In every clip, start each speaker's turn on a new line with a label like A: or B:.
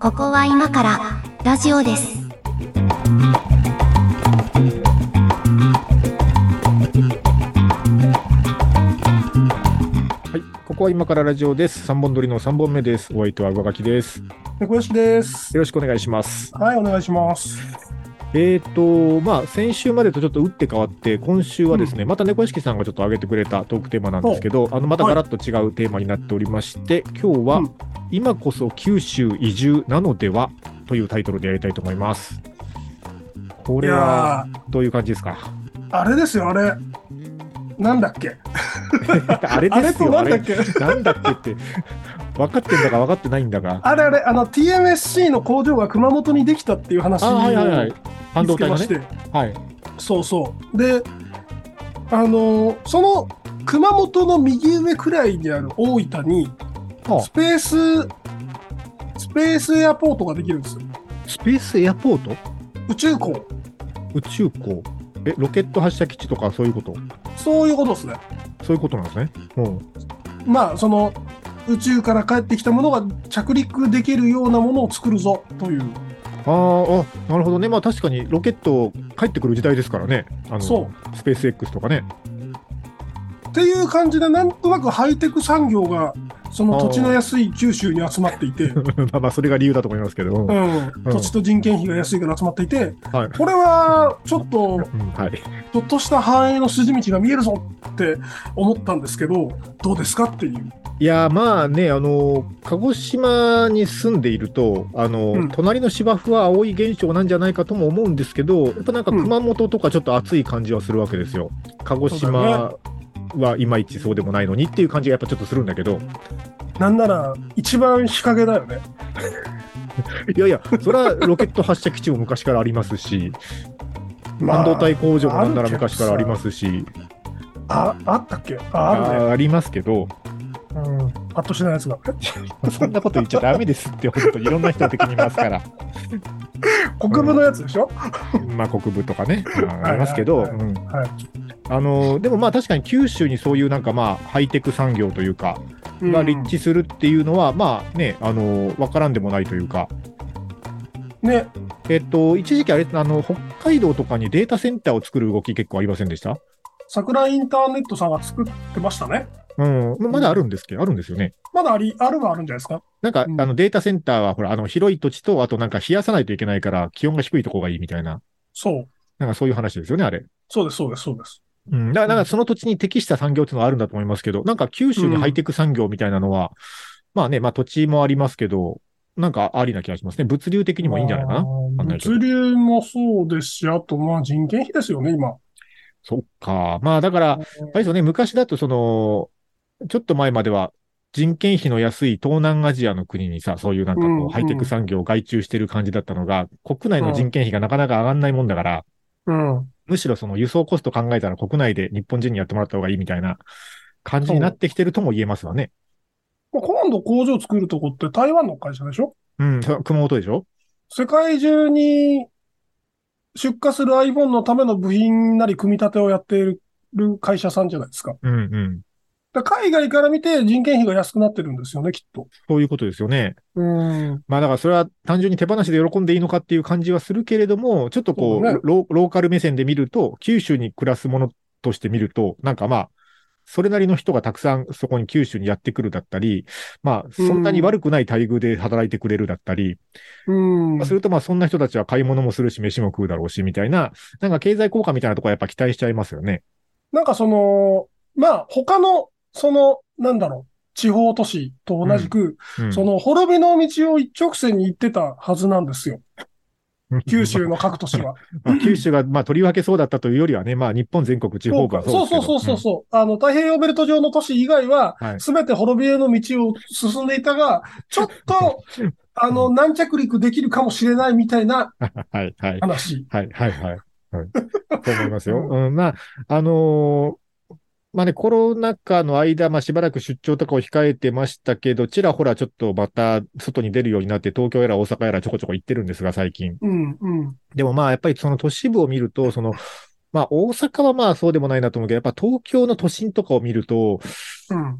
A: ここは今からラジオです。
B: はい、ここは今からラジオです。三本撮りの三本目です。お相手は上書きです。よ
C: 小林です。
B: ろしくお願いします。
C: はい、お願いします。
B: えっ、と、まあ、先週までとちょっと打って変わって、今週はですね、また猫屋敷さんがちょっと上げてくれたトークテーマなんですけど、あの、またガラッと違うテーマになっておりまして、今日は、
C: うん
B: 今こそ九州移住なのではというタイトルでやりたいと思います。こ
C: い
B: れは、
C: や
B: どういう感じですか
C: ー、あれですよ、あれ。なんだっけ
B: あれ
C: あ
B: で
C: れ
B: す
C: と
B: よ、
C: な
B: あ
C: ん
B: れ
C: だっ。け
B: なんだっけって、分かってんだか分かってないんだが。
C: あれあれ、あの TMSC の工場が熊本にできたっていう話
B: あ、はいはいはい。半
C: 見
B: 導
C: つけ
B: 体
C: ま
B: の
C: し
B: ね。
C: て、
B: はい。
C: そうそう。で、あのーその熊本の右上くらいにある大分に、
B: はあ
C: スペース、スペースエアポートができるんですよ。
B: スペースエアポート
C: 宇宙港。
B: 宇宙港え、ロケット発射基地とかそういうこと
C: そういうことですね。
B: そういうことなんですね。うん。
C: まあその宇宙から帰ってきたものが着陸できるようなものを作るぞという、
B: あーあ、なるほどね。まあ確かにロケット帰ってくる時代ですからね。あの
C: そう
B: スペース X とかね。
C: っていう感じでなんとなくハイテク産業がその土地の安い九州に集 まっていて、
B: まあまあそれが理由だと思いますけど。うん
C: う
B: はい。
C: ん、土地と人件費が安いから集まっていて
B: はい。
C: これはちょっと
B: うん、はい。
C: ちょっとした繁栄の筋道が見えるぞって思ったんですけどどうですかっていう
B: いやーまあね、あのー鹿児島に住んでいると、あのー
C: うん
B: 隣の芝生は青い現象なんじゃないかとも思うんですけど、やっぱなんか
C: うん
B: 熊本とかちょっと暑い感じはするわけですよ。鹿児島はいまいちそうでもないのにっていう感じがやっぱちょっとするんだけど、
C: なんなら一番日陰だよね
B: い やいや、それはロケット発射基地も昔からありますし、
C: まあ
B: 半導体工場もなんなら昔からありますし、
C: ああったっけあ
B: あ
C: あるね
B: ーありますけど、
C: うんパッとしないやつが
B: そんなこと言っちゃダメですって、本当いろんな人的にいます から。
C: 国分のやつでしょ、
B: まあ、国分とかね、まあ、あ
C: はいはいはい
B: りますけど、うん
C: はい
B: あのでもまあ確かに九州にそういうなんかまあハイテク産業というか、まあ、
C: うん
B: 立地するっていうのは、まあね、あの分からんでもないというか、
C: ね
B: えっと、一時期あれあの、北海道とかにデータセンターを作る動き、結構ありませんでした、
C: 桜インターネットさんが作ってましたね。
B: うん、ままだあるんですけど、あるんですよね。
C: まだあり、あるはあるんじゃないですか。
B: なんか、
C: うん
B: あのデータセンターはほらあの広い土地と、あとなんか冷やさないといけないから、気温が低いとこがいいみたいな、
C: そう。
B: なんかそういう話ですよね、あれ。
C: そうです、そうです、そうです。
B: うん、だからなんかその土地に適した産業っていうのはあるんだと思いますけど、なんか九州にハイテク産業みたいなのは、まあね、まあ土地もありますけど、なんかありな気がしますね。物流的にもいいんじゃないか
C: あ
B: な。
C: ー
B: わかんないけど
C: 物流もそうですし、あと、まあ人件費ですよね、今。
B: そっか。まあだから、あれですよね、昔だとその、ちょっと前までは人件費の安い東南アジアの国にさ、そういうなんか
C: うん
B: こ
C: う
B: うんハイテク産業を外注してる感じだったのが、国内の人件費がなかなか上がんないもんだから、
C: うん。
B: むしろその輸送コスト考えたら国内で日本人にやってもらった方がいいみたいな感じになってきてるとも言えますわね。
C: まあ今度工場作るとこって台湾の会社でしょ
B: うん、そう熊本でしょ
C: 世界中に出荷する iPhone のための部品なり組み立てをやっている会社さんじゃないですか。
B: うんうん。
C: だから海外から見て人件費が安くなってるんですよね、きっと。
B: そういうことですよね。
C: うん。
B: まあだからそれは単純に手放しで喜んでいいのかっていう感じはするけれども、ちょっとこう、
C: そうだね
B: ロローカル目線で見ると、九州に暮らすものとして見ると、なんかまあ、それなりの人がたくさんそこに九州にやってくるだったり、まあ、そんなに悪くない待遇で働いてくれるだったり、
C: うん
B: まあ、するとまあ、そんな人たちは買い物もするし、飯も食うだろうし、みたいな、なんか経済効果みたいなところはやっぱ期待しちゃいますよね。
C: なんかその、まあ他の、その、なんだろう、地方都市と同じく、
B: うん
C: その滅びの道を一直線に行ってたはずなんですよ。九州の各都市は。
B: まあ九州がまあ、とりわけそうだったというよりはね、まあ、日本全 国地方部はそうで
C: そう
B: すけど
C: そうそうそうそう。あの、太平洋ベルト上の都市以外は
B: は、い
C: すべて滅びへの道を進んでい たが、ちょっと、あの、軟着陸できるかもしれないみたいな
B: うんはい、はい。
C: 話。
B: はい、はい、はい。はい、そう思います よ。うん、まあ、あのーまあね、コロナ禍の間、まあしばらく出張とかを控えてましたけど、ちらほらちょっとまた外に出るようになって、東京やら大阪やらちょこちょこ行ってるんですが、最近。
C: うん、うん。
B: でもまあ、やっぱりその都市部を見ると、その、まあ大阪はまあそうでもないなと思うけど、やっぱ東京の都心とかを見ると、
C: うん。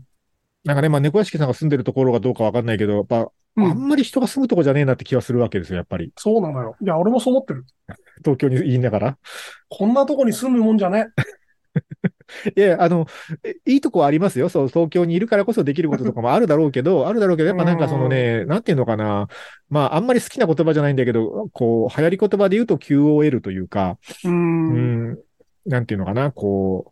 B: なんかね、まあ、猫屋敷さんが住んでるところがどうかわかんないけど、やっぱ、
C: う
B: あん
C: ん。
B: まり人が住むとこじゃねえなって気はするわけですよ、やっぱり。
C: そうなのよ。いや、俺もそう思ってる。
B: 東京に言いながら。
C: こんなとこに住むもんじゃね。
B: いや、あの、えいいとこはありますよ。そう、東京にいるからこそできることとかもあるだろうけど、あ るだろうけど、やっぱなんかそのね、なんていうのかな。まあ、あんまり好きな言葉じゃないんだけど、こう、流行り言葉で言うと QOL というか、
C: う。
B: うんん、なんていうのかな、こ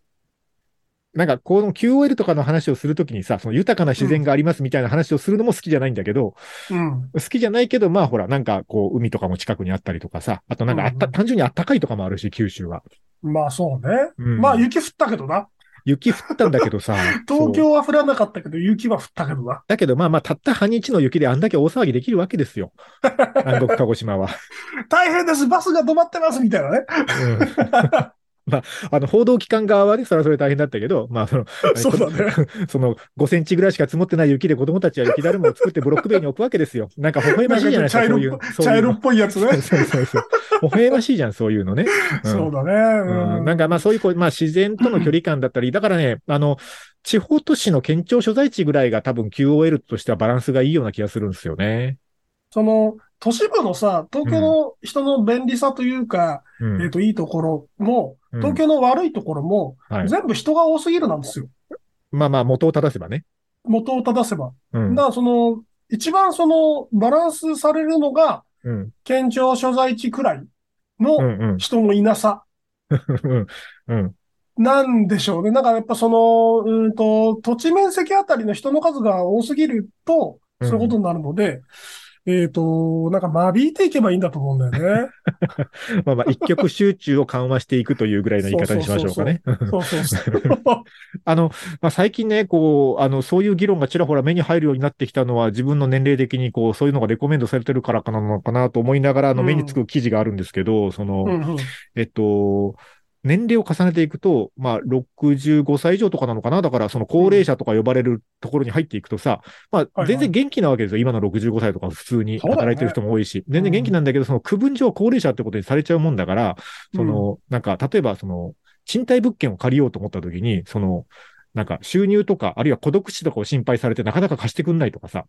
B: う、なんかこの QOL とかの話をするときにさ、その豊かな自然がありますみたいな話をするのも好きじゃないんだけど、
C: うん。
B: 好きじゃないけど、まあほら、なんかこう、海とかも近くにあったりとかさ、あとなんかあった、
C: うん
B: 単純にあったかいとかもあるし、九州は。
C: まあそうね。
B: うん
C: まあ雪降ったけどな。、
B: 雪降ったんだけどさ
C: 東
B: そう
C: 京は降らなかったけど、雪は降ったけどな。
B: だけどまあまあ、たった半日の雪であんだけ大騒ぎできるわけ ですよ。南国鹿児島は。
C: 大変ですバスが止まってますみたいなね。
B: う んまあ、あの、報道機関側はね、それはそれ大変だったけど、まあ、その、
C: そうだね。
B: その、5セン チぐらいしか積もってない雪で子供たちは雪だるまを作ってブロック塀に置くわけですよ。なんか微笑ましいじゃないですか、
C: なん
B: そ
C: か
B: う
C: ち
B: い
C: ょ
B: う
C: っ。
B: そう
C: 茶
B: いう
C: 色
B: の
C: っぽいやつね。
B: そうそうそう。微笑ましいじゃん、そういうのね。うん
C: そうだね。
B: う
C: うんん
B: なんかまあそういうこう、まあ自然との距離感だったり、だからね、あの、地方都市の県庁所在地ぐらいが多分 QOL としてはバランスがいいような気がするんですよね。
C: その、都市部のさ、東京の人の便利さというか、
B: うん
C: えっと、いいところも、
B: うん
C: 東京の悪いところも、
B: はい
C: 全部人が多すぎるなんですよ。
B: まあまあ元を正せばね。
C: 元を正せば。
B: うん
C: だから、その、一番その、バランスされるのが、
B: うん
C: 県庁所在地くらい
B: うん
C: の
B: うん
C: 人のいなさ
B: うんうん
C: なんでしょうね。だからやっぱその、うーんと、土地面積あたりの人の数が多すぎると、
B: うん
C: そういうことになるので、えっと、なんか間引いていけばいいんだと思うんだ よね。
B: まあまあ一極集中を緩和していくというぐらいの言い方にしましょうかね。
C: そうそうそう。
B: あの、まあ、最近ね、こう、あの、そういう議論がちらほら目に入るようになってきたのは、自分の年齢的に、こう、そういうのがレコメンドされてるからかなのかなと思いながら、あの、
C: うん
B: 目につく記事があるんですけど、その、
C: うんうん
B: えっと、年齢を重ねていくと、まあ、65歳以上とかなのかなだから、その高齢者とか呼ばれるところに入っていくとさ、まあ、
C: はい
B: 全然元気なわけですよ。今の65歳とか普通に
C: そうだよね
B: 働いてる人も多いし、全然元気なんだけど、その区分上高齢者ってことにされちゃうもんだから、その、なんか、例えば、その、賃貸物件を借りようと思った時に、その、なんか、収入とか、あるいは孤独死とかを心配されて、なかなか貸してくんないとかさ。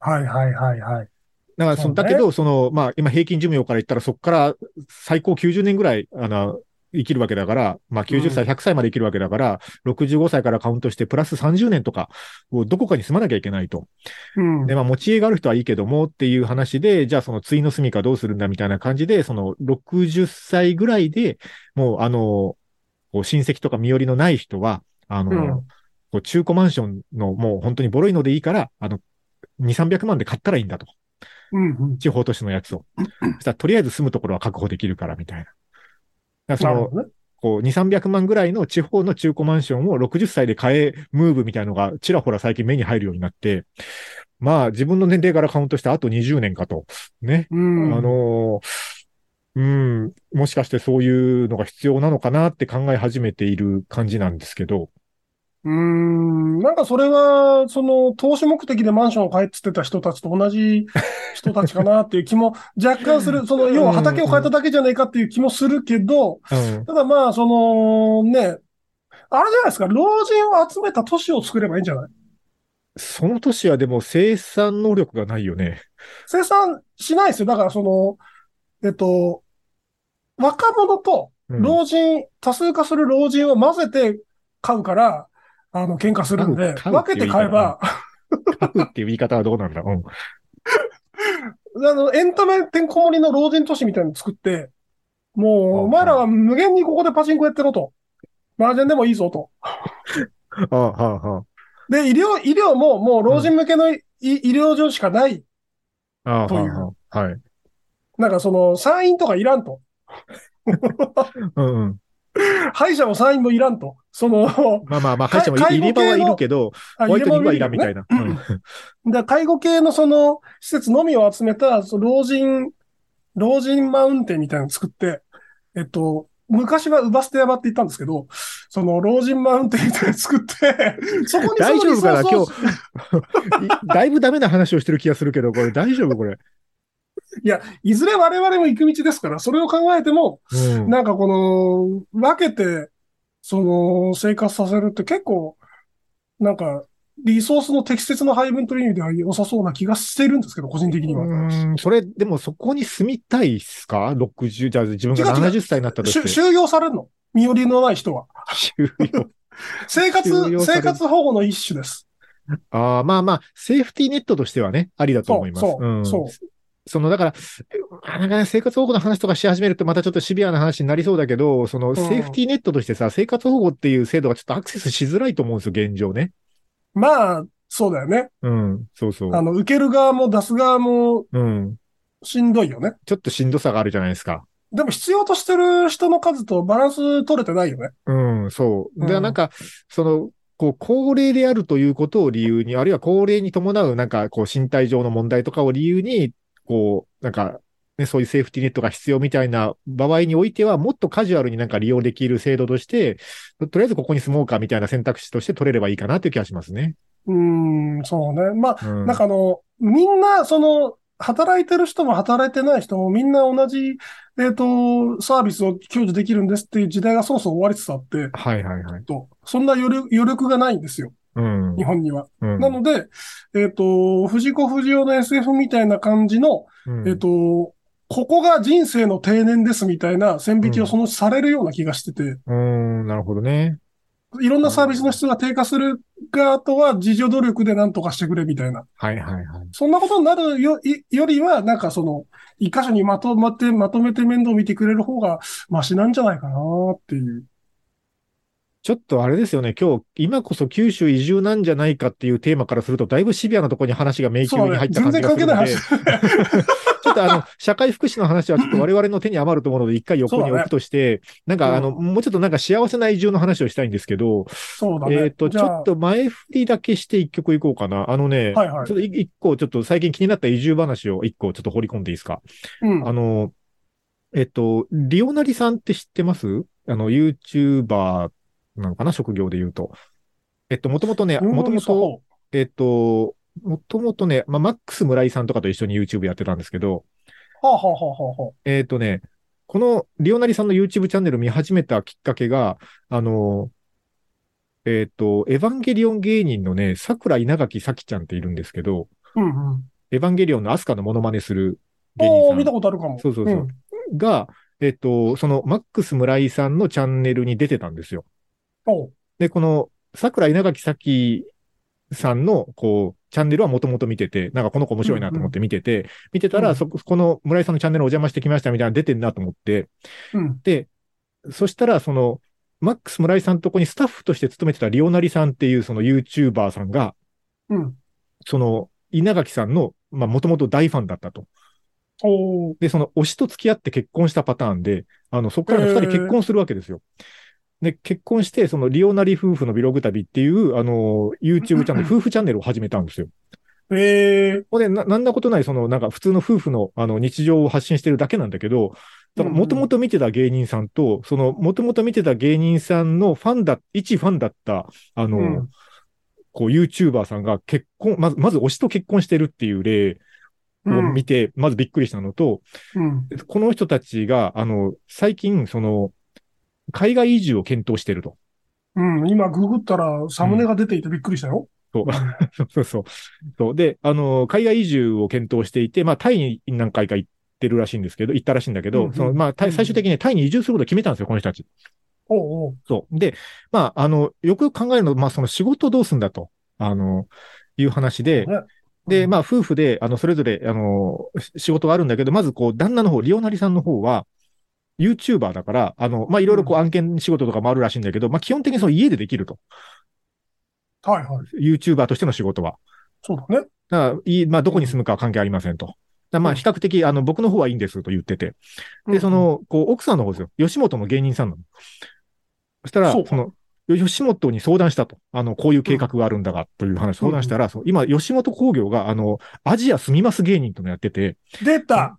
C: はいはいはいはい。
B: だからその、
C: そうね
B: だけど、その、まあ、今平均寿命から言ったら、そこから最高90年ぐらい、あの、生きるわけだから、まあ、90歳、100歳まで生きるわけだから、65歳からカウントして、プラス30年とか、をどこかに住まなきゃいけないと。
C: うん。
B: で、まあ、持ち家がある人はいいけどもっていう話で、じゃあその対の住みかどうするんだみたいな感じで、その60歳ぐらいで、もうあの、こう親戚とか身寄りのない人は、あの、
C: うん
B: こう中古マンションのもう本当にボロいのでいいから、あの、2、300万で買ったらいいんだと。
C: うんうん。
B: 地方都市のやつを。そしたらとりあえず住むところは確保できるからみたいな。だから
C: な
B: そ
C: る
B: の
C: ほどね。
B: こう、2、300万ぐらいの地方の中古マンションを60歳で買え、ムーブみたいのがちらほら最近目に入るようになって、まあ自分の年齢からカウントしてあと20年かと。ね。
C: うん。
B: あのーうん、もしかしてそういうのが必要なのかなって考え始めている感じなんですけど。
C: うーん、なんかそれは、その、投資目的でマンションを買えって言ってた人たちと同じ人たちかなっていう 気も若干する。その、要は畑を変えただけじゃないかっていう気もするけど、
B: うん。
C: ただまあ、その、ね、あれじゃないですか、老人を集めた都市を作ればいいんじゃない
B: その年はでも生産能力がないよね。
C: 生産しないですよ。だからその、えっと、若者と
B: うん
C: 老人、多数化する老人を混ぜて買うから、あの、喧嘩するんで、
B: 買う買うっ
C: 分
B: て
C: け
B: いう
C: て
B: 言い方
C: 買えば、
B: 書くっていう言い方はどうなんだうん。
C: あの、エンタメてんこ盛りの老人都市みたいなの作って、もう、
B: うん
C: お前らは無限にここでパチンコやってろと。麻雀でもいいぞと。
B: ああ、はあ、は
C: で、医療、医療ももう老人向けのい医療所しかない。
B: あ。ああ、
C: という
B: はあ、はあ。はい。
C: なんかその、産院とかいらんと。
B: うんうん。
C: 歯医者も産院もいらんと。その、
B: まあまあまあ、歯医
C: か
B: 者も入れ歯はいるけど、
C: あ
B: ホワイトニングはいらんみ
C: 入れ物
B: た
C: ね
B: いな。
C: だから介護系のその、施設のみを集めた、その老人、老人マウンテンみたいなの作って、えっと、昔はウバステ山って言ったんですけど、その老人マウンテンみたいなの 作って、そこに
B: 大丈夫かな
C: そのリソースを
B: うんい だいぶダメな話をしてる気がするけど、これ大丈夫 これ。
C: いや、いずれ我々も行く道ですから、それを考えても、
B: うん。
C: なんかこの、分けて、その、生活させるって結構、なんか、リソースの適切な配分という意味では良さそうな気がしてるんですけど、個人的には。
B: うん、それ、でもそこに住みたいっすか ?60、じゃあ自分が
C: 違う違う
B: 70歳になったと
C: し
B: し
C: ゅ
B: て。
C: 収容されるの身寄りのない人は。
B: 収容
C: 生活
B: 収容、され
C: 生
B: る
C: 活保護の一種です。
B: あーまあまあ、セーフティーネットとしてはね、ありだと
C: そ、
B: 思いうます。
C: そう、
B: ん
C: そう。
B: その、だから、まあなんかね、生活保護の話とかし始めるとまたちょっとシビアな話になりそうだけど、その、
C: ん
B: セーフティーネットとしてさ、生活保護っていう制度がちょっとアクセスしづらいと思うんですよ、現状ね。
C: まあ、そうだよね。
B: うん、そうそ
C: あ
B: う。
C: の、受ける側も出す側も
B: うん。
C: しんどいよね。
B: ちょっとしんどさがあるじゃないですか。
C: でも必要としてる人の数とバランス取れてないよね。
B: うん、そう。で、
C: うん
B: なんか、その、こう、高齢であるということを理由に、あるいは高齢に伴う、なんか、こう、身体上の問題とかを理由に、こう、なんか、ね、そういうセーフティーネットが必要みたいな場合においては、もっとカジュアルになんか利用できる制度として、とりあえずここに住もうかみたいな選択肢として取れればいいかなという気がしますね。
C: うーん、そうね。まあ、
B: うん。
C: なんかあの、みんな、その、働いてる人も働いてない人もみんな同じ、えっ、と、サービスを享受できるんですっていう時代がそもそも終わりつつあって、
B: はいはいはい。
C: とそんな余力余力がないんですよ、
B: うん。
C: 日本には。
B: うん
C: なので、えっ、と、藤子不二雄の SF みたいな感じの、
B: うん
C: えっ、と、ここが人生の定年ですみたいな線引きをそのうちされるような気がしてて、
B: うん、なるほどね。
C: いろんなサービスの質が低下する側とは自助努力で何とかしてくれみたいな。
B: はいはいはい。
C: そんなことになるよ、いよりは、なんかその、一箇所にまとまって、まとめて面倒見てくれる方が、マシなんじゃないかなっていう。
B: ちょっとあれですよね、今日、今こそ九州移住なんじゃないかっていうテーマからすると、だいぶシビアなところに話が迷宮に入った感じがするので、
C: そう
B: ちょっとあの、社会福祉の話はちょっと我々の手に余ると思うので、一回横に置くとして、なんかあの、もうちょっとなんか幸せな移住の話をしたいんですけど、
C: そうだね。
B: えっと、
C: じ
B: ち
C: ゃ
B: ょ
C: あ
B: っ、と前振りだけして一曲いこうかな。あのね、
C: はいはい
B: ちょっと一個、ちょっと最近気になった移住話を一個ちょっと掘り込んでいいですか。
C: うん。
B: あの、えっと、リオナリさんって知ってますあの、YouTuber なのかな職業で言うと。えっと、もともとね、
C: 日本
B: もとも
C: の
B: と、
C: そ
B: えっと、もともとね、まあ、マックス村井さんとかと一緒に YouTube やってたんですけど、
C: うはあ、はあはあはあはあ、
B: えっとね、このリオナリさんの YouTube チャンネル見始めたきっかけが、あの、えっと、エヴァンゲリオン芸人のね、桜稲垣咲ちゃんっているんですけど、
C: うんうん。
B: エヴァンゲリオンのアスカのモノマネする芸人
C: お
B: さ
C: ー
B: ん
C: 見たことあるかも。
B: そうそうそうが、えっと、そのマックス村井さんのチャンネルに出てたんですよ。
C: おう
B: で、この桜稲垣咲さんの、こう、チャンネルはもともと見てて、なんかこの子面白いなと思って見てて、見てた
C: う
B: ら、
C: ん
B: そこ、この村井さんのチャンネルお邪魔してきましたみたいなの出てんなと思って、
C: うん。
B: そしたら、その、マックス村井さんのとこにスタッフとして勤めてたリオナリさんっていうその YouTuber さんが、
C: うん。
B: その、稲垣さんの、まあ、もともと大ファンだったと。
C: おー
B: で、その推しと付き合って結婚したパターンで、あの、そこから二人結婚するわけですよ。で、結婚して、そのリオナリ夫婦のビログ旅っていう、あの、YouTube チャンネル、夫婦チャンネルを始めたんですよ。
C: えー、
B: ほんで、な、なんなことない、その、なんか普通の夫婦の、あの、日常を発信してるだけなんだけど、だから、もともと見てた芸人さんと、その、もともと見てた芸人さんのファンだ、一ファンだった、あの、
C: うん
B: こう、YouTuber さんが結婚、まず、まず推しと結婚してるっていう例を見て、まずびっくりしたのと、
C: うん。
B: この人たちが、あの、最近、その、海外移住を検討してると。
C: うん。今、ググったらサムネが出ていてびっくりしたよ。
B: そうそうそうそうそう。で、あの、海外移住を検討していて、まあ、タイに何回か行ってるらしいんですけど、行ったらしいんだけ
C: うんう
B: ど
C: ん、
B: その、まあ、タイ最終的にねタイに移住することを決めたんですよ、この人たち。
C: おうおう。
B: そう。で、まあ、あの、よくよく考えるの、まあ、その仕事をどうすんだと、あの、いう話で、
C: ね
B: で、まあ、夫婦で、あの、それぞれ、あの、し仕事があるんだけど、まず、こう、旦那の方、リオナリさんの方は、YouTuber だから、あの、まあ、いろいろこう、案件仕事とかもあるらしいんだけど、まあ、基本的にその家でできると。
C: はいはい。
B: YouTuber としての仕事は。
C: そうだね。
B: だから、いいまあ、どこに住むかは関係ありませんと。だからまあ、
C: うん
B: 比較的、あの、僕の方はいいんですと言ってて。で、そ、の、こう、奥さんの方ですよ。吉本の芸人さんなの。そしたら、
C: そう
B: その、よ吉本に相談したと。あの、こういう計画があるんだが、という話を相談したら、そう今、吉本興業が、あの、アジア住みます芸人というのをやってて、
C: 出た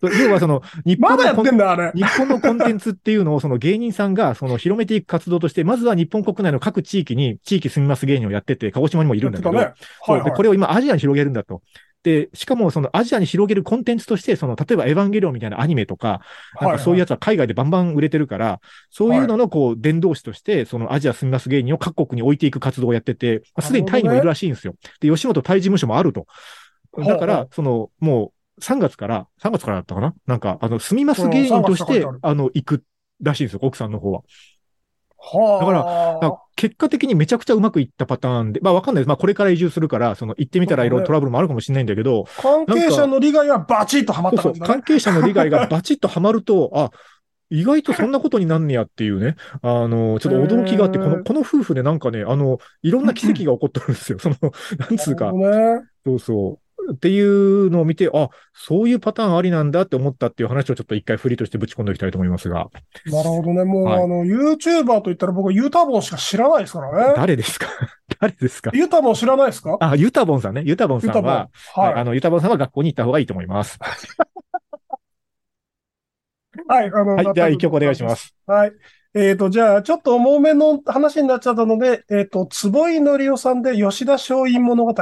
B: そう要はその、日
C: ま
B: 本
C: だや
B: の
C: っ
B: コ
C: て
B: ン、
C: んだ、あれ。
B: 日本のコンテンツっていうのを、その芸人さんが、その広めていく活動として、まずは日本国内の各地域に、地域住みます芸人をやってて、鹿児島にもいるんだけど、
C: やってたね。
B: そう
C: はい、は
B: で
C: い。
B: これを今アジアに広げるんだと。で、しかもそのアジアに広げるコンテンツとして、その例えばエヴァンゲリオンみたいなアニメとか、なんかそういうやつは海外でバンバン売れてるから、そういうののこう伝道師として、そのアジア住みます芸人を各国に置いていく活動をやってて、まあすでにタイにもいるらしいんですよ。で、吉本タイ事務所もあると。
C: はい
B: だか
C: はい
B: ら、その、もう3月から、3月からだったかななんか、あの、住みます芸人とし
C: う
B: て
C: ん3月から書いて、
B: あの、行くらしいんですよ、奥さんの方は。
C: はあ。
B: だだから結果的にめちゃくちゃうまくいったパターンで、まあわかんないです。まあこれから移住するから、その行ってみたらいろいろトラブルもあるかもしれないんだけど、
C: 関係者の利害はバチッとはまっ
B: そうそ
C: た感
B: う、
C: じだね。
B: 関係者の利 害がバチッとはまると、あ、意外とそんなことになんねやっていうね、あの、ちょっと驚きがあって、
C: へー
B: この、この夫婦でなんかね、あの、いろんな奇跡が起こってるんですよ。その、 なんつうか、
C: なるほどね。
B: そうそう。っていうのを見て、あ、そういうパターンありなんだって思ったっていう話をちょっと一回振りとしてぶち込んでおきたいと思いますが、
C: なるほどね。もう、
B: はい
C: あの、YouTuber と言ったら僕、ユータボンしか知らないですからね。
B: 誰ですか 誰ですか
C: ユータボン知らないですか
B: あ、ユタボンさんね。ユタボンさんは、
C: ボン。
B: はい、
C: は
B: あの、ユタボンさんは学校に行った方がいいと思います。
C: い。はい、あの、。
B: はい、じゃあ一曲お願いしますす。
C: はい。えっ、と、じゃあ、ちょっと重めの話になっちゃったので、えっ、と、坪井のりおさんで吉田松陰物語。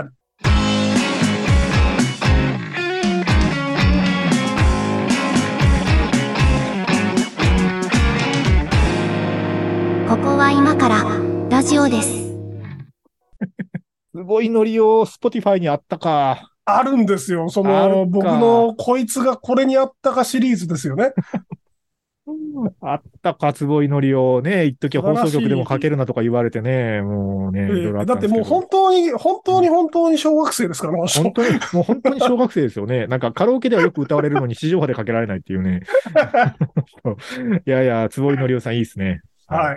A: ここは今からラジオです。
B: 坪井のりを Spotify にあったか。
C: あるんですよ。そ
B: あるか
C: の、僕のこいつがこれにあったかシリーズですよね。
B: あったか、坪井のりをね、一時放送局でもかけるなとか言われてね、もうね、いろいろあ
C: え
B: った
C: えだ
B: ん
C: っ
B: です
C: て
B: け
C: も
B: ど
C: う本当に、本当に本当に小学生ですから、あの人
B: 本当に、もう本当に小学生ですよね。 なんかカラオケではよく歌われるのに地上波でかけられないっていうね。 いやいや、坪井のりおさんいいですね。
C: はい。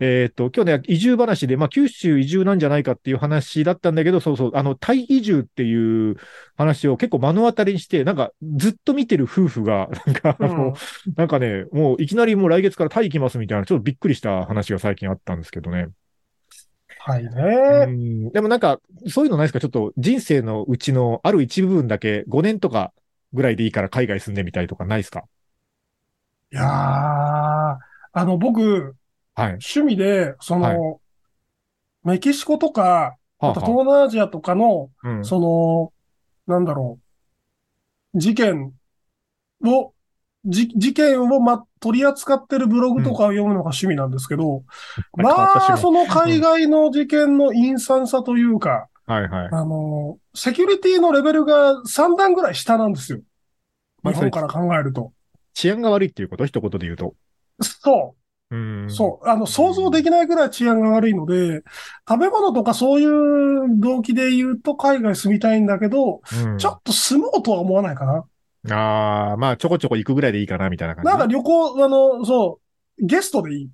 B: えーっと、今日ね、移住話で、まあ、九州移住なんじゃないかっていう話だったんだけど、そうそう、あの、タイ移住っていう話を結構目の当たりにして、なんか、ずっと見てる夫婦が、なんか、あの、なんかね、もういきなりもう来月からタイ行きますみたいな、ちょっとびっくりした話が最近あったんですけどね。
C: はいね。
B: うんでもなんか、そういうのないですかちょっと人生のうちのある一部分だけ5年とかぐらいでいいから海外住んでみたいとかないですか
C: いやー、あの、僕、
B: はい。
C: 趣味で、そ
B: はい
C: の、メキシコとか、
B: は
C: あと東南アジアとかの、
B: あうん
C: その、なんだろう、事件を、じ事件を、ま、取り扱ってるブログとかを読むのが趣味なんですけど、
B: うん変わった趣
C: まあ、
B: 味
C: その海外の事件の陰惨さというか、
B: はいはい。
C: あの、セキュリティのレベルが3段ぐらい下なんですよ。
B: まあ
C: 日本から考えると。
B: 治安が悪いっていうこと一言で言うと。
C: そうう、
B: ん。
C: そう。あの、想像できないぐらい治安が悪いので、食べ物とかそういう動機で言うと海外住みたいんだけど、
B: うん。
C: ちょっと住もうとは思わないかな。
B: ああ、まあ、ちょこちょこ行くぐらいでいいかな、みたいな感じ。
C: なんか旅行、あの、そう、ゲストでいい。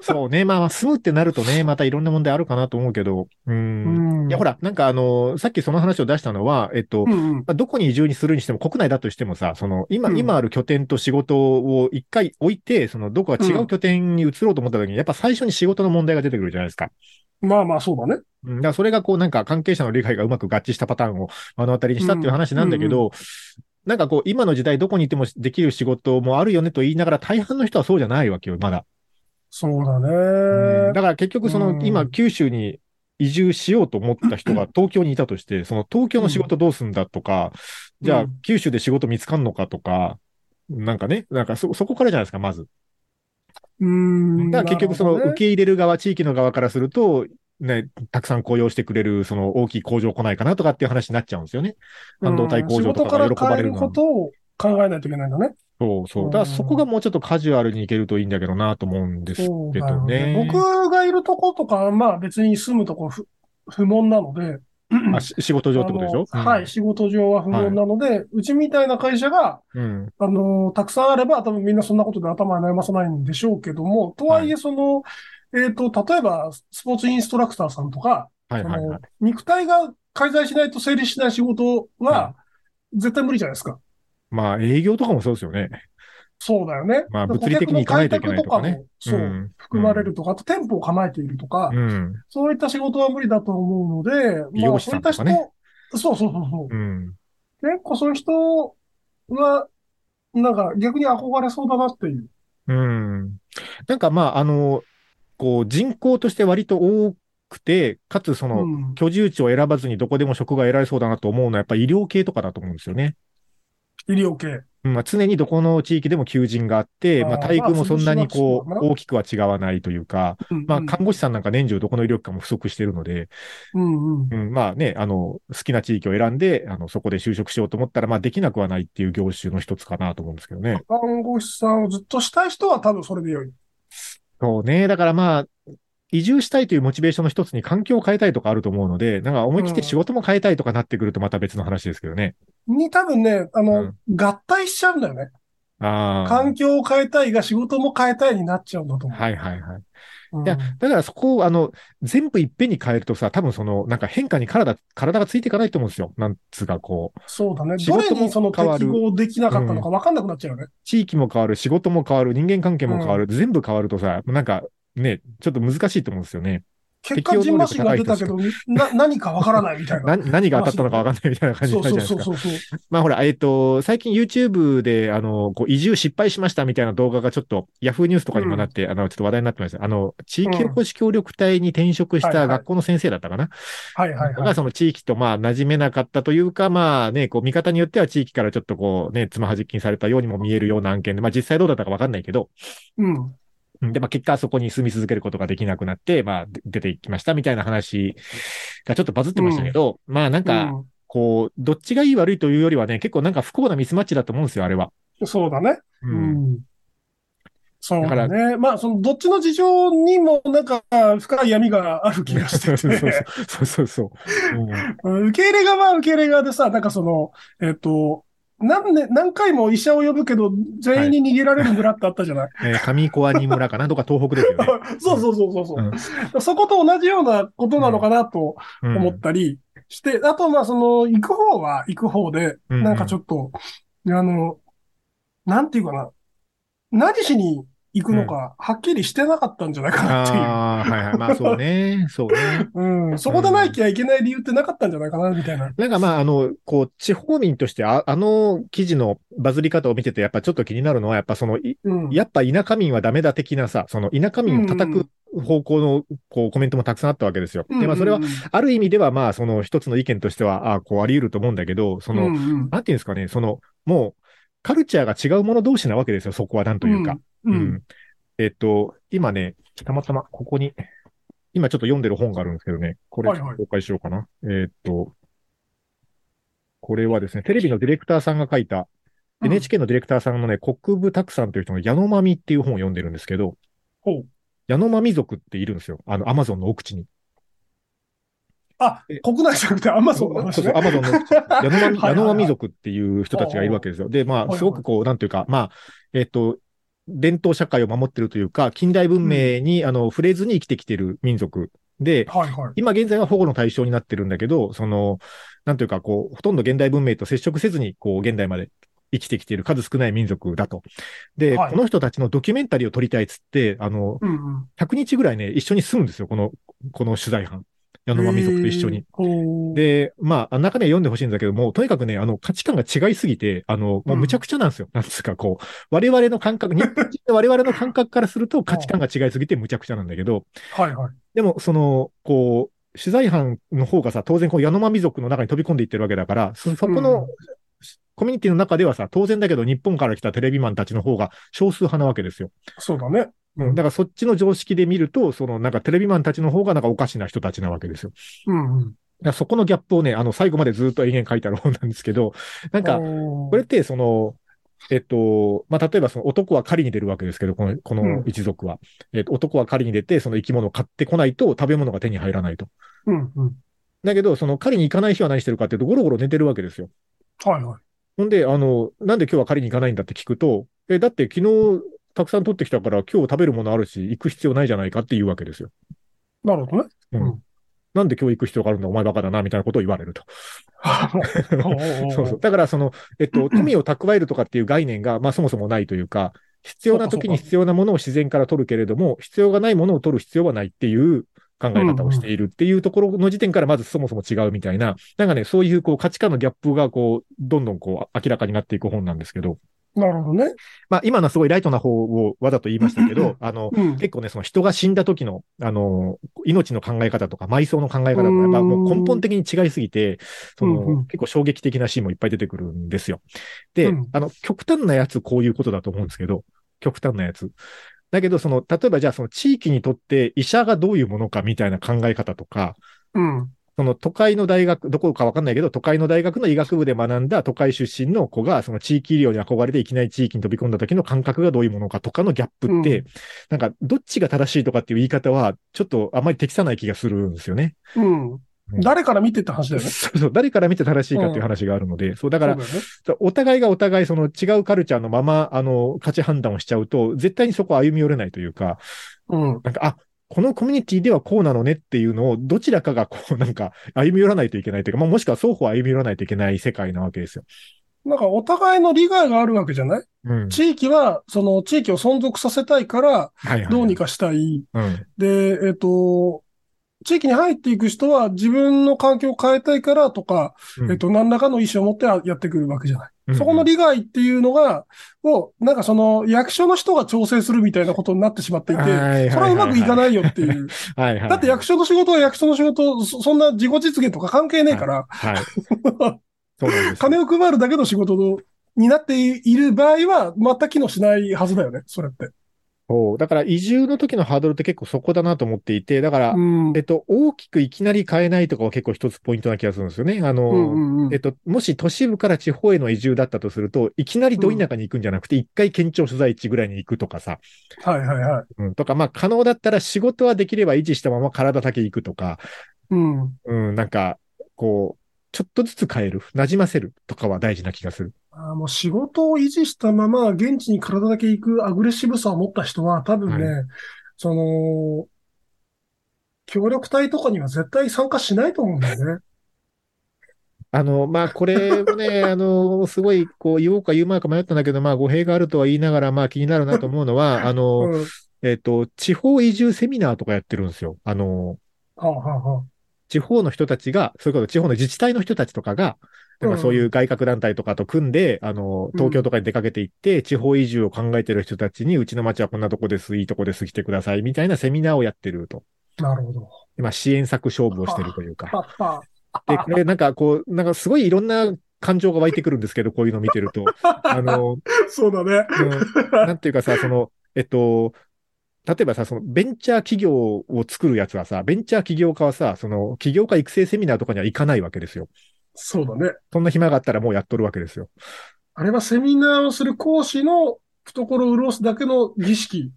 B: そうね。まあまあ、住むってなるとね、またいろんな問題あるかなと思うけど。う。
C: うんん。
B: いや、ほら、なんかあの、さっきその話を出したのは、えっと、
C: うんうん。
B: まあ、どこに移住にするにしても、国内だとしてもさ、その、今、
C: うん
B: 今ある拠点と仕事を一回置いて、その、どこか違う拠点に移ろうと思った時に、やっぱ最初に仕事の問題が出てくるじゃないですか。
C: まあまあ、そうだね。
B: うん、だからそれがこう、なんか関係者の理解がうまく合致したパターンを目の当たりにしたっていう話なんだけど、なんかこう、今の時代どこにいてもできる仕事もあるよねと言いながら、大半の人はそうじゃないわけよ、まだ。
C: そうだね。
B: うんだから結局その、
C: うん
B: 今九州に移住しようと思った人 が東京にいたとして、その東京の仕事どうすんだとか、
C: うん
B: じゃあ
C: うん
B: 九州で仕事見つかんのかとか、なんかね、なんかそ、そこからじゃないですか、まず。
C: うん。
B: だから結局その
C: なるほど
B: 受
C: ね
B: け入れる側、地域の側からすると、ね、たくさん雇用してくれる、その大きい工場来ないかなとかっていう話になっちゃうんですよね。半導体工場とかが
C: うん仕事
B: 喜
C: から
B: ば
C: 変
B: れ
C: え
B: る
C: る
B: の
C: こ
B: は。
C: とを考えないといけないんだね。
B: そうそう。だからそこがもうちょっとカジュアルにいけるといいんだけどなと思うんです
C: そう
B: け
C: だよ
B: どね。
C: 僕がいるとことか、まあ別に住むとこ不、不問なので、
B: あし仕事上ってことでしょ
C: あのはい、仕事上は不問なので、うちみたいな会社が、
B: うん。うん
C: あの、たくさんあれば、多分みんなそんなことで頭に悩まさないんでしょうけども、とはい
B: は
C: え、その、えっ、と、例えば、スポーツインストラクターさんとか、
B: はいはい
C: あ
B: は
C: の
B: い。
C: 肉体が介在しないと成立しない仕事は、絶対無理じゃないですか。
B: まあ営業とかもそうですよね。
C: そうだよね。
B: まあ
C: 顧
B: 物理的に行かないといけないとかね
C: 客の開拓とかも、そう、
B: ん
C: 含まれるとか、あと店舗を構えているとか、
B: うん。
C: そういった仕事は無理だと思うので、まあ
B: 美容師さんとかね
C: そういった人、そうそうそうそう
B: う。ん。
C: 結構そういう人は、なんか逆に憧れそうだなっていう。
B: うん。なんかまあ、あの、こう人口として割と多くて、かつその、
C: うん
B: 居住地を選ばずにどこでも職が得られそうだなと思うのは、やっぱり医療系とかだと思うんですよね。
C: 医療系。
B: うんまあ、常にどこの地域でも求人があって、
C: あー
B: まあ、体育もそんなにこ
C: まあ
B: う、大きくは違わないというか、
C: うん
B: まあ、看護師さんなんか年中どこの医療機関も不足しているので、
C: うんうん。
B: うん、まあね、あの、好きな地域を選んで、あの、そこで就職しようと思ったら、まあ、できなくはないっていう業種の一つかなと思うんですけどね。
C: 看護師さんをずっとしたい人は多分それで良い。
B: そうね。だからまあ、移住したいというモチベーションの一つに環境を変えたいとかあると思うので、なんか思い切って仕事も変えたいとかなってくるとまた別の話ですけどね。
C: に多分ね、あ
B: う
C: の
B: ん、
C: 合体しちゃうんだよね。
B: ああ。
C: 環境を変えたいが仕事も変えたいになっちゃうんだと思
B: はいはいはい。
C: う。うん
B: いやだからそこを、あの、全部いっぺんに変えるとさ、多分その、なんか変化に体、体がついていかないと思うんですよ。なんつうかこう、
C: そうだね。
B: 仕
C: どれ
B: 事も
C: にその
B: 変わ
C: 適
B: る
C: 合できなかったのか分かんなくなっちゃうよね。
B: 地域も変わる、仕事も変わる、人間関係も変わる、全部変わるとさ、なんかね、ちょっと難しいと思うんですよね。
C: 結果、
B: 適
C: ジン
B: 応能
C: マ
B: 力
C: シンが出たけど、な、 何か分からないみた いな。
B: な何が当たったのかわかんないみたいな感じ
C: そ
B: に
C: う
B: なるじゃ
C: そう
B: ないです
C: そう
B: か。
C: そうそう。
B: まあほら、えっ、と、最近 YouTube で、あの、こう移住失敗しましたみたいな動画がちょっと Yahoo ニュースとかにもなって、あの、ちょっと話題になってました。あの、地域おこし協力隊に転職し
C: はいはい
B: た学校の先生だったかな。
C: はいはいは
B: が
C: い。
B: その地域とまあ馴染めなかったというか、まあね、こう見方によっては地域からちょっとこうね、つまはじきにされたようにも見えるような案件で、まあ実際どうだったかわかんないけど、
C: うん。
B: うんで、まあ結果そこに住み続けることができなくなって、まあで出ていきましたみたいな話がちょっとバズってましたけど、まあなんか、こう、どっちがいい悪いというよりはね、結構なんか不幸なミスマッチだと思うんですよ、あれは。
C: うんそうだね。
B: う。
C: うんん。そう
B: だか
C: だね。まあ、その、どっちの事情にも、なんか、深い闇がある気がし
B: そう
C: て
B: そう
C: て。
B: そうそうそう。うん
C: うん受け入れ側は受け入れ側でさ、なんかその、えっ、と、何年、何回も医者を呼ぶけど、全員に逃げられる村ってあったじゃない、
B: えー上小阿仁村かなとか東北ですよね。
C: そうそうそうそうそう、そこと同じようなことなのかなと
B: うん
C: 思ったりして、あとまあその、行く方は行く方で、
B: うん
C: なんかちょっと、あの、なんていうかな、何しに行くのか、はっきりしてなかったんじゃないかなっていう。
B: ああ、はいはい。まあそうね。そうね。
C: うん、そこでなきゃいけない理由ってなかったんじゃないかな、みたいな。
B: なんかまあ、あの、こう、地方民としてあ、あの記事のバズり方を見てて、やっぱちょっと気になるのは、やっぱその、い
C: うん。
B: やっぱ田舎民はダメだ的なさ、その田舎民を叩く方向の、こう、コメントもたくさんあったわけですよ。
C: うん、
B: で、まあそれは
C: うん、、
B: ある意味ではまあ、その一つの意見としては、ああこうあり得ると思うんだけど、その、
C: うんうん
B: なんていうんですかね、その、もう、カルチャーが違うもの同士なわけですよ、そこはなんというか。
C: うん。うん
B: うんえっと、今ね、たまたまここに、今ちょっと読んでる本があるんですけどね、これ
C: はいはい
B: 紹介しようかな。えっと、これはですね、テレビのディレクターさんが書いた、
C: うん
B: NHK のディレクターさんのね、国分拓さんという人のヤノマミっていう本を読んでるんですけど、
C: ほう
B: ヤノマミ族っているんですよ。あの、アマゾンの奥地に。
C: あ、国内じゃなくてアマゾンの
B: そうそ
C: 話
B: う
C: ね。
B: アマゾンの奥地 ヤノマミ、ヤノマミ族っていう人たちがいるわけですよ。で、
C: はい
B: ま
C: は
B: あ、
C: い
B: すごくこう、なんていうか、まあ、えっと、伝統社会を守ってるというか、近代文明に、あの、触れずに生きてきてる民族で、
C: はいはい。
B: 今現在は保護の対象になってるんだけど、その、なんというか、こう、ほとんど現代文明と接触せずに、こう、現代まで生きてきている数少ない民族だと。で、
C: はい
B: この人たちのドキュメンタリーを撮りたいっつって、あの、
C: うんうん。
B: 100日ぐらいね、一緒に住むんですよ、この、この取材班。ヤノマ民族と一緒に。
C: に。で、
B: で、まあ、中身は読んでほしいんだけども、とにかくね、あの、価値観が違いすぎて、あの、もうむちゃくちゃなんですよ。なんつうか、こう、我々の感覚、日本人の我々の感覚からすると価値観が違いすぎてむちゃくちゃなんだけど、
C: はいはい。
B: でも、その、こう、取材班の方がさ、当然、こう、ヤノマミ族の中に飛び込んでいってるわけだから、そ、そこ
C: うん
B: の、コミュニティの中ではさ、当然だけど、日本から来たテレビマンたちの方が少数派なわけですよ。
C: そうだね。
B: うん。だから、そっちの常識で見ると、その、なんか、テレビマンたちの方が、なんか、おかしな人たちなわけですよ。
C: うんうん。
B: だからそこのギャップをね、あの、最後までずっと延々書いてある本なんですけど、 なんか、
C: こ
B: これっ、て、その、えっと、まあ、例えばその男は狩りに出るわけですけど、この、こ
C: うん
B: の一族は。えっと、男は狩りに出て、その生き物を買ってこないと食べ物が手に入らないと。
C: うんうん。
B: だけど、その狩りに行かない日は何してるかっていうと、ゴロゴロ寝てるわけですよ。
C: はいはい。
B: ほんで、あの、なんで今日は狩りに行かないんだって聞くと、え、だって昨日たくさん取ってきたから、今日食べるものあるし、行く必要ないじゃないかって言うわけですよ。
C: なる ほどね。
B: なんで今日行く必要があるんだ、お前バカだな、みたいなことを言われると。そうそう。だから、その、えっ と、富を蓄えるとかっていう概念が、まあそもそもないというか、必要な時に必要なものを自然から取るけれども、必要がないものを取る必要はないっていう考え方をしているっていうところの時点からまずそもそも違うみたいな、なんかね、そういうこう価値観のギャップがこう、どんどんこう明らかになっていく本なんですけど、
C: なるほどね。
B: まあ、今のはすごいライトな方をわざと言いましたけ ど、あの、
C: うん。
B: 結構ね、その人が死んだ時の、あの、命の考え方とか、埋葬の考え方とか、やっぱもう根本的に違いすぎて、その、
C: うんうん
B: 結構衝撃的なシーンもいっぱい出てくるんですよ。で、
C: うん
B: あの、極端なやつ、こういうことだと思うんですけど、極端なやつ。だけど、その、例えばじゃあ、その地域にとって医者がどういうものかみたいな考え方とか、
C: うん。
B: その都会の大学、どこかわかんないけど、都会の大学の医学部で学んだ都会出身の子が、その地域医療に憧れていきなり地域に飛び込んだ時の感覚がどういうものかとかのギャップって、
C: う
B: なんか、どっちが正しいとかっていう言い方は、ちょっとあまり適さない気がするんですよね。
C: うん。誰から見てって話だよね。
B: そうそう、誰から見て正しいかっていう話があるので、そう、だから、
C: そうだよね
B: お互いがお互いその違うカルチャーのまま、あの、価値判断をしちゃうと、絶対にそこは歩み寄れないというか、
C: うん。
B: なんか、あ、このコミュニティではこうなのねっていうのを、どちらかがこう、なんか、歩み寄らないといけないというか、まあ、もしくは双方歩み寄らないといけない世界なわけですよ。
C: なんかお互いの利害があるわけじゃない
B: うん。
C: 地域は、その地域を存続させたいから、
B: はいはいはい
C: どうに。かしたい。
B: うん。
C: で、えっと、地域に入っていく人は自分の環境を変えたいからとか、
B: うん
C: えっと、何らかの意思を持ってやってくるわけじゃない。
B: うん
C: そこの利害っていうのが、を、なんかその役所の人が調整するみたいなことになってしまっていて、
B: はい
C: それ
B: はいはいはい
C: はうまくいかないよっていう。
B: はいはい。
C: だって役所の仕事は役所の仕事、そそんな自己実現とか関係ねえから、
B: はい。 そうなんですよ。
C: 金を配るだけの仕事になっている場合は、全く機能しないはずだよね、それって。
B: そう。だから移住の時のハードルって結構そこだなと思っていて、だから、
C: うん
B: えっと、大きくいきなり変えないとかは結構一つポイントな気がするんですよね。あの、
C: うんうんうん
B: えっと、もし都市部から地方への移住だったとすると、いきなりど田舎に行くんじゃなくて、一回県庁所在地ぐらいに行くとかさ、
C: はいはいはい。
B: うん、とか、まあ可能だったら仕事はできれば維持したまま体だけ行くとか、
C: うん。
B: うん、なんか、こう、ちょっとずつ変える、馴染ませるとかは大事な気がする。
C: あーもう仕事を維持したまま現地に体だけ行くアグレッシブさを持った人は多分ね、
B: は
C: その、協力隊とかには絶対参加しないと思うんだよね。
B: あの、まあ、これもね、あの、すごい、こう、言おうか言うまいか迷ったんだけど、まあ、語弊があるとは言いながら、まあ、気になるなと思うのは、あの、
C: うん。は
B: えっと、地方移住セミナーとかやってるんですよ。あの、
C: あ、はあは
B: 地方の人たちが、それこそ地方の自治体の人たちとかが、なんかそういう外郭団体とかと組んで、あの、東京とかに出かけていって、地方移住を考えてる人たちに、うちの町はこんなとこです、いいとこです、来てください、みたいなセミナーをやってると。
C: あ、なるほど。
B: でまあ、支援策勝負をしてるというか。
C: はあは
B: で、これなんかこう、なんかすごいいろんな感情が湧いてくるんですけど、こういうの見てると。あの、
C: あそうだね。
B: うんなんていうかさ、その、えっと、例えばさ、そのベンチャー企業を作るやつはさ、ベンチャー企業家はさ、その企業家育成セミナーとかには行かないわけですよ。
C: そうだね。
B: そんな暇があったらもうやっとるわけですよ。
C: あれはセミナーをする講師の懐を潤すだけの儀式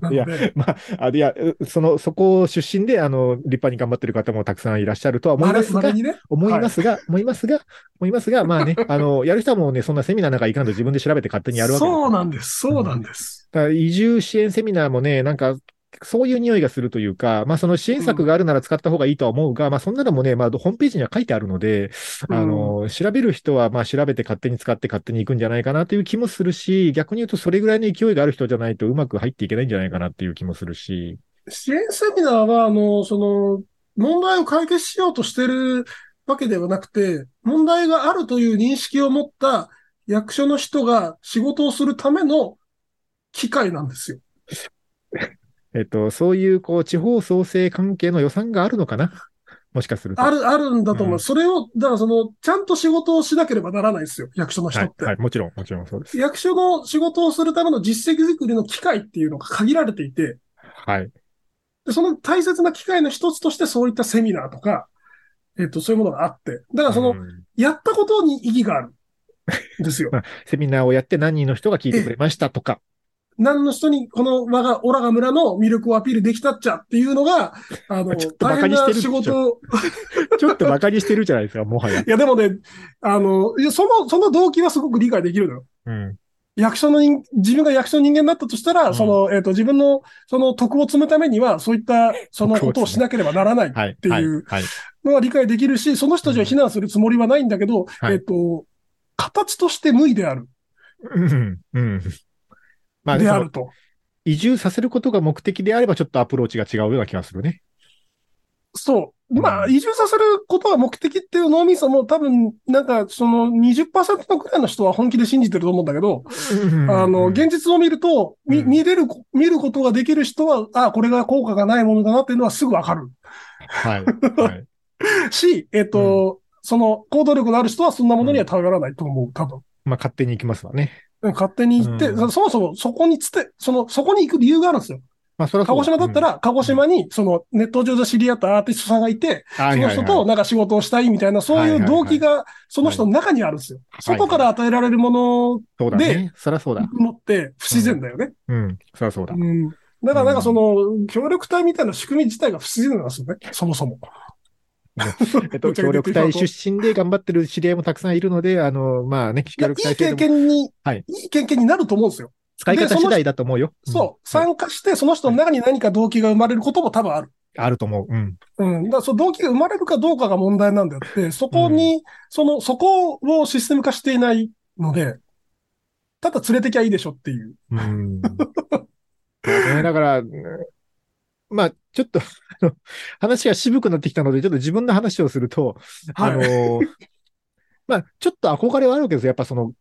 C: なので、
B: まあ、あいや、うその、そこ出身で、あの、立派に頑張ってる方もたくさんいらっしゃるとは思い
C: ま
B: ま
C: れ
B: す
C: まれ
B: が、
C: にね。
B: 思いますが、思いますが、思いますが、まあね、あの、やる人はもうね、そんなセミナーなんか行かんと自分で調べて勝手にやるわけです
C: そうなんです。そうなんです。
B: だから移住支援セミナーもね、なんか、そういう匂いがするというか、まあその支援策があるなら使った方がいいとは思うが、まあそんなのもね、まあホームページには書いてあるので、
C: うん
B: あの、調べる人はまあ調べて勝手に使って勝手に行くんじゃないかなという気もするし、逆に言うとそれぐらいの勢いがある人じゃないとうまく入っていけないんじゃないかなっていう気もするし、
C: 支援セミナーは、あの、その、問題を解決しようとしてるわけではなくて、問題があるという認識を持った役所の人が仕事をするための機会なんですよ。
B: えっと、そういうこう地方創生関係の予算があるのかなもしかすると。
C: ある、あるんだと思
B: う
C: う。
B: ん
C: それを、だからその、ちゃんと仕事をしなければならないですよ。役所の人
B: は
C: っ
B: い、
C: て
B: は。い、もちろん、もちろんそうです。
C: 役所の仕事をするための実績作りの機会っていうのが限られていて、
B: はい。
C: で、その大切な機会の一つとしてそういったセミナーとか、えっと、そういうものがあって、だからその
B: う、ん
C: やったことに意義がある。ですよ。
B: セミナーをやって何人の人が聞いてくれましたとか、
C: 何の人にこの我が、オラが村の魅力をアピールできたっちゃっていうのが、あ の、
B: ちょっと馬
C: 大
B: 鹿
C: 変
B: にしてる
C: な仕事を。
B: ちょっと馬鹿にしてるじゃないですか、もはや。
C: いや、でもね、あの、いやその、その動機はすごく理解できるのよ。
B: うん。
C: 役所の人、自分が役所の人間になったとした
B: う
C: ら、
B: ん
C: その、えっ、と、自分の、その、徳を積むためには、そういった、そのことをしなければならない
B: はい。
C: ていう
B: はい。はい
C: のは理解できるし、その人たちを非難するつもりはないんだけど、
B: はい
C: えっ、と、形として無意である。
B: うん。うん。まあ、
C: で
B: そ
C: あ
B: の
C: ると。
B: 移住させることが目的であれば、ちょっとアプローチが違うような気がするね。
C: そう。まあ、移住させることが目的っていう脳みそも多分、なんか、その20%くらいの人は本気で信じてると思うんだけど、あの、現実を見ると、み
B: うん
C: 見れるこ、見ることができる人は、あ、これが効果がないものだなっていうのはすぐわかる。
B: はい。 はい。
C: し、えっと、その行動力のある人はそんなものには頼らないと思う、多分。
B: まあ、勝手に行きますわね。
C: 勝手に行って、
B: うん
C: そそもそもそこにつて、その、そこに行く理由があるんですよ。
B: まあ、それは
C: 鹿児島だった、ら、鹿児島に、その、ネット上で知り合ったアーティストさんがいて、
B: うんはい
C: その
B: はい
C: 人
B: はい
C: となんか仕事をしたいみたいな、そういう動機が、その人の中にあるんですよ。外から与えられるもの
B: そうだね。そりゃそうだ。
C: のって不自然だよね。
B: うん。そりゃそうだ。
C: うんだからなんかその、協力隊みたいな仕組み自体が不自然なんですよね。そもそも。
B: えっ と、協力隊出身で頑張ってる知り合いもたくさんいるので、あの、まあね、
C: い
B: 協
C: やい
B: 力
C: い
B: 隊制
C: 経
B: 度も
C: 験に、
B: はい
C: い経験になると思うんですよ。
B: 使い
C: で
B: 方
C: その
B: 次第だと思うよ。ん
C: そう。参加して、その人の中に何か動機が生まれることも多分ある。
B: あると思う。うん。
C: うん。だから、その動機が生まれるかどうかが問題なんだって、そこに、その、そこをシステム化していないので、ただ連れてきゃいいでしょっていう。
B: うん。そうね、だから、うんまあ、ちょっと、あの、話が渋くなってきたので、ちょっと自分の話をすると、あの
C: はい。
B: ーまあ、ちょっと憧れはあるわけですよ。やっぱその、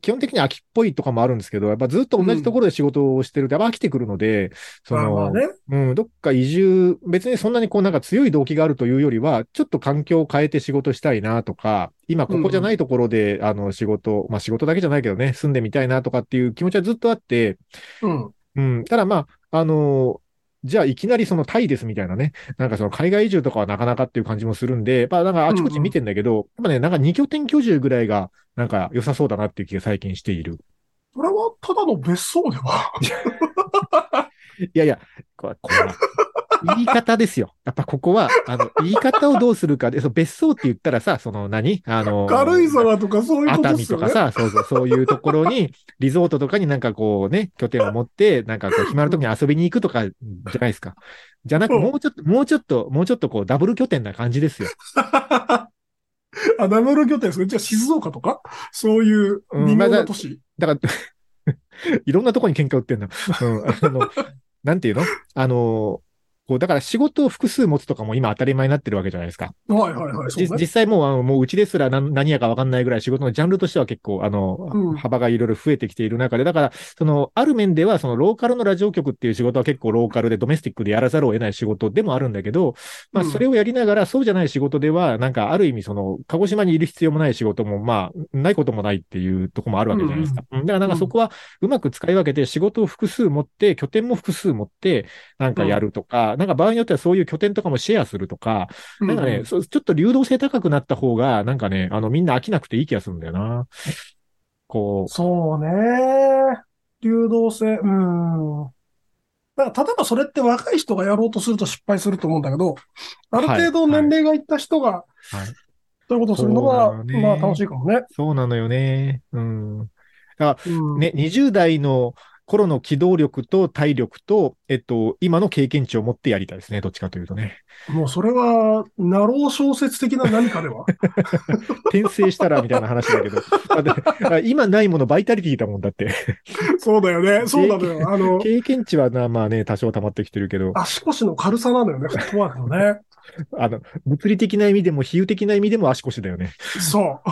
B: 基本的に飽きっぽいとかもあるんですけど、やっぱずっと同じところで仕事をしてると、やっぱ飽きてくるので、そ
C: まあ
B: の、
C: まあね。
B: うん、どっか移住、別にそんなにこうなんか強い動機があるというよりは、ちょっと環境を変えて仕事したいなとか、今ここじゃないところで、あの仕事、まあ仕事だけじゃないけどね、住んでみたいなとかっていう気持ちはずっとあって、
C: うん。
B: うん、ただまあ、あのじゃあいきなりそのタイですみたいなね、なんかその海外移住とかはなかなかっていう感じもするんで、まあなんかあちこち見てんだけど、やっぱね、なんか二拠点居住ぐらいが、なんか良さそうだなっていう気が最近している。
C: それはただの別荘では。
B: いやいや、ここう言い方ですよ。やっぱここは、あの、言い方をどうするかで、そう別荘って言ったらさ、その何、あの、
C: 軽井沢とかそういう
B: 熱
C: ことで
B: 海
C: す
B: と
C: よ
B: か
C: ね。
B: さ、そうそう、そういうところに、リゾートとかになんかこうね、拠点を持って、なんかこう、暇な時に遊びに行くとか、じゃないですか。じゃなく、
C: うん
B: もうちょっと、もうちょっと、もうちょっとこう、ダブル拠点な感じですよ。
C: あ、ダブル拠点ですね。じゃあ静岡とかそういう微妙な都市。
B: だから、 いろんなとこに喧嘩売ってんな。うん。あの、なんていうのあの、こう、だから仕事を複数持つとかも今当たり前になってるわけじゃないですか。
C: はいはいはい。そう
B: じ
C: ね
B: 実際もう、あの、もううちですら何何やか分かんないぐらい仕事のジャンルとしては結構、あの、
C: うん
B: 幅がいろいろ増えてきている中で、だから、その、ある面では、その、ローカルのラジオ局っていう仕事は結構ローカルでドメスティックでやらざるを得ない仕事でもあるんだけど、まあ、
C: うん
B: それをやりながら、そうじゃない仕事では、なんか、ある意味、その、鹿児島にいる必要もない仕事も、まあ、ないこともないっていうとこもあるわけじゃないですか。うんだから、なんかそこは、うまく使い分けて、仕事を複数持って、拠点も複数持って、なんかやるとか、なんか場合によってはそういう拠点とかもシェアするとか、なんかね、そうちょっと流動性高くなった方が、なんかね、あの、みんな飽きなくていい気がするんだよな。こ
C: そうね。流動性。うん。だから、例えばそれって若い人がやろうとすると失敗すると思うんだけど、ある程度
B: はい
C: 年齢がいった人が、
B: い
C: そういうことをする
B: そ
C: の
B: う
C: が、
B: だね
C: まあ楽しいかもね。
B: う、そうなのよね。うん。
C: うん。
B: ね、20代の頃の機動力と体力と、えっと、今の経験値を持ってやりたいですね。どっちかというとね。
C: もうそれは、ナロー小説的な何かで は
B: 転生したらみたいな話だけど。 だって今ないもの、バイタリティだもんだって。
C: そうだよね。 そうなのよ。あの、
B: 経験値はな、まあね、多少溜まってきてるけど、
C: 足腰の軽さなのよね、フットワークの ね。
B: あの、物理的な意味でも、比喩的な意味でも足腰だよね。
C: そう。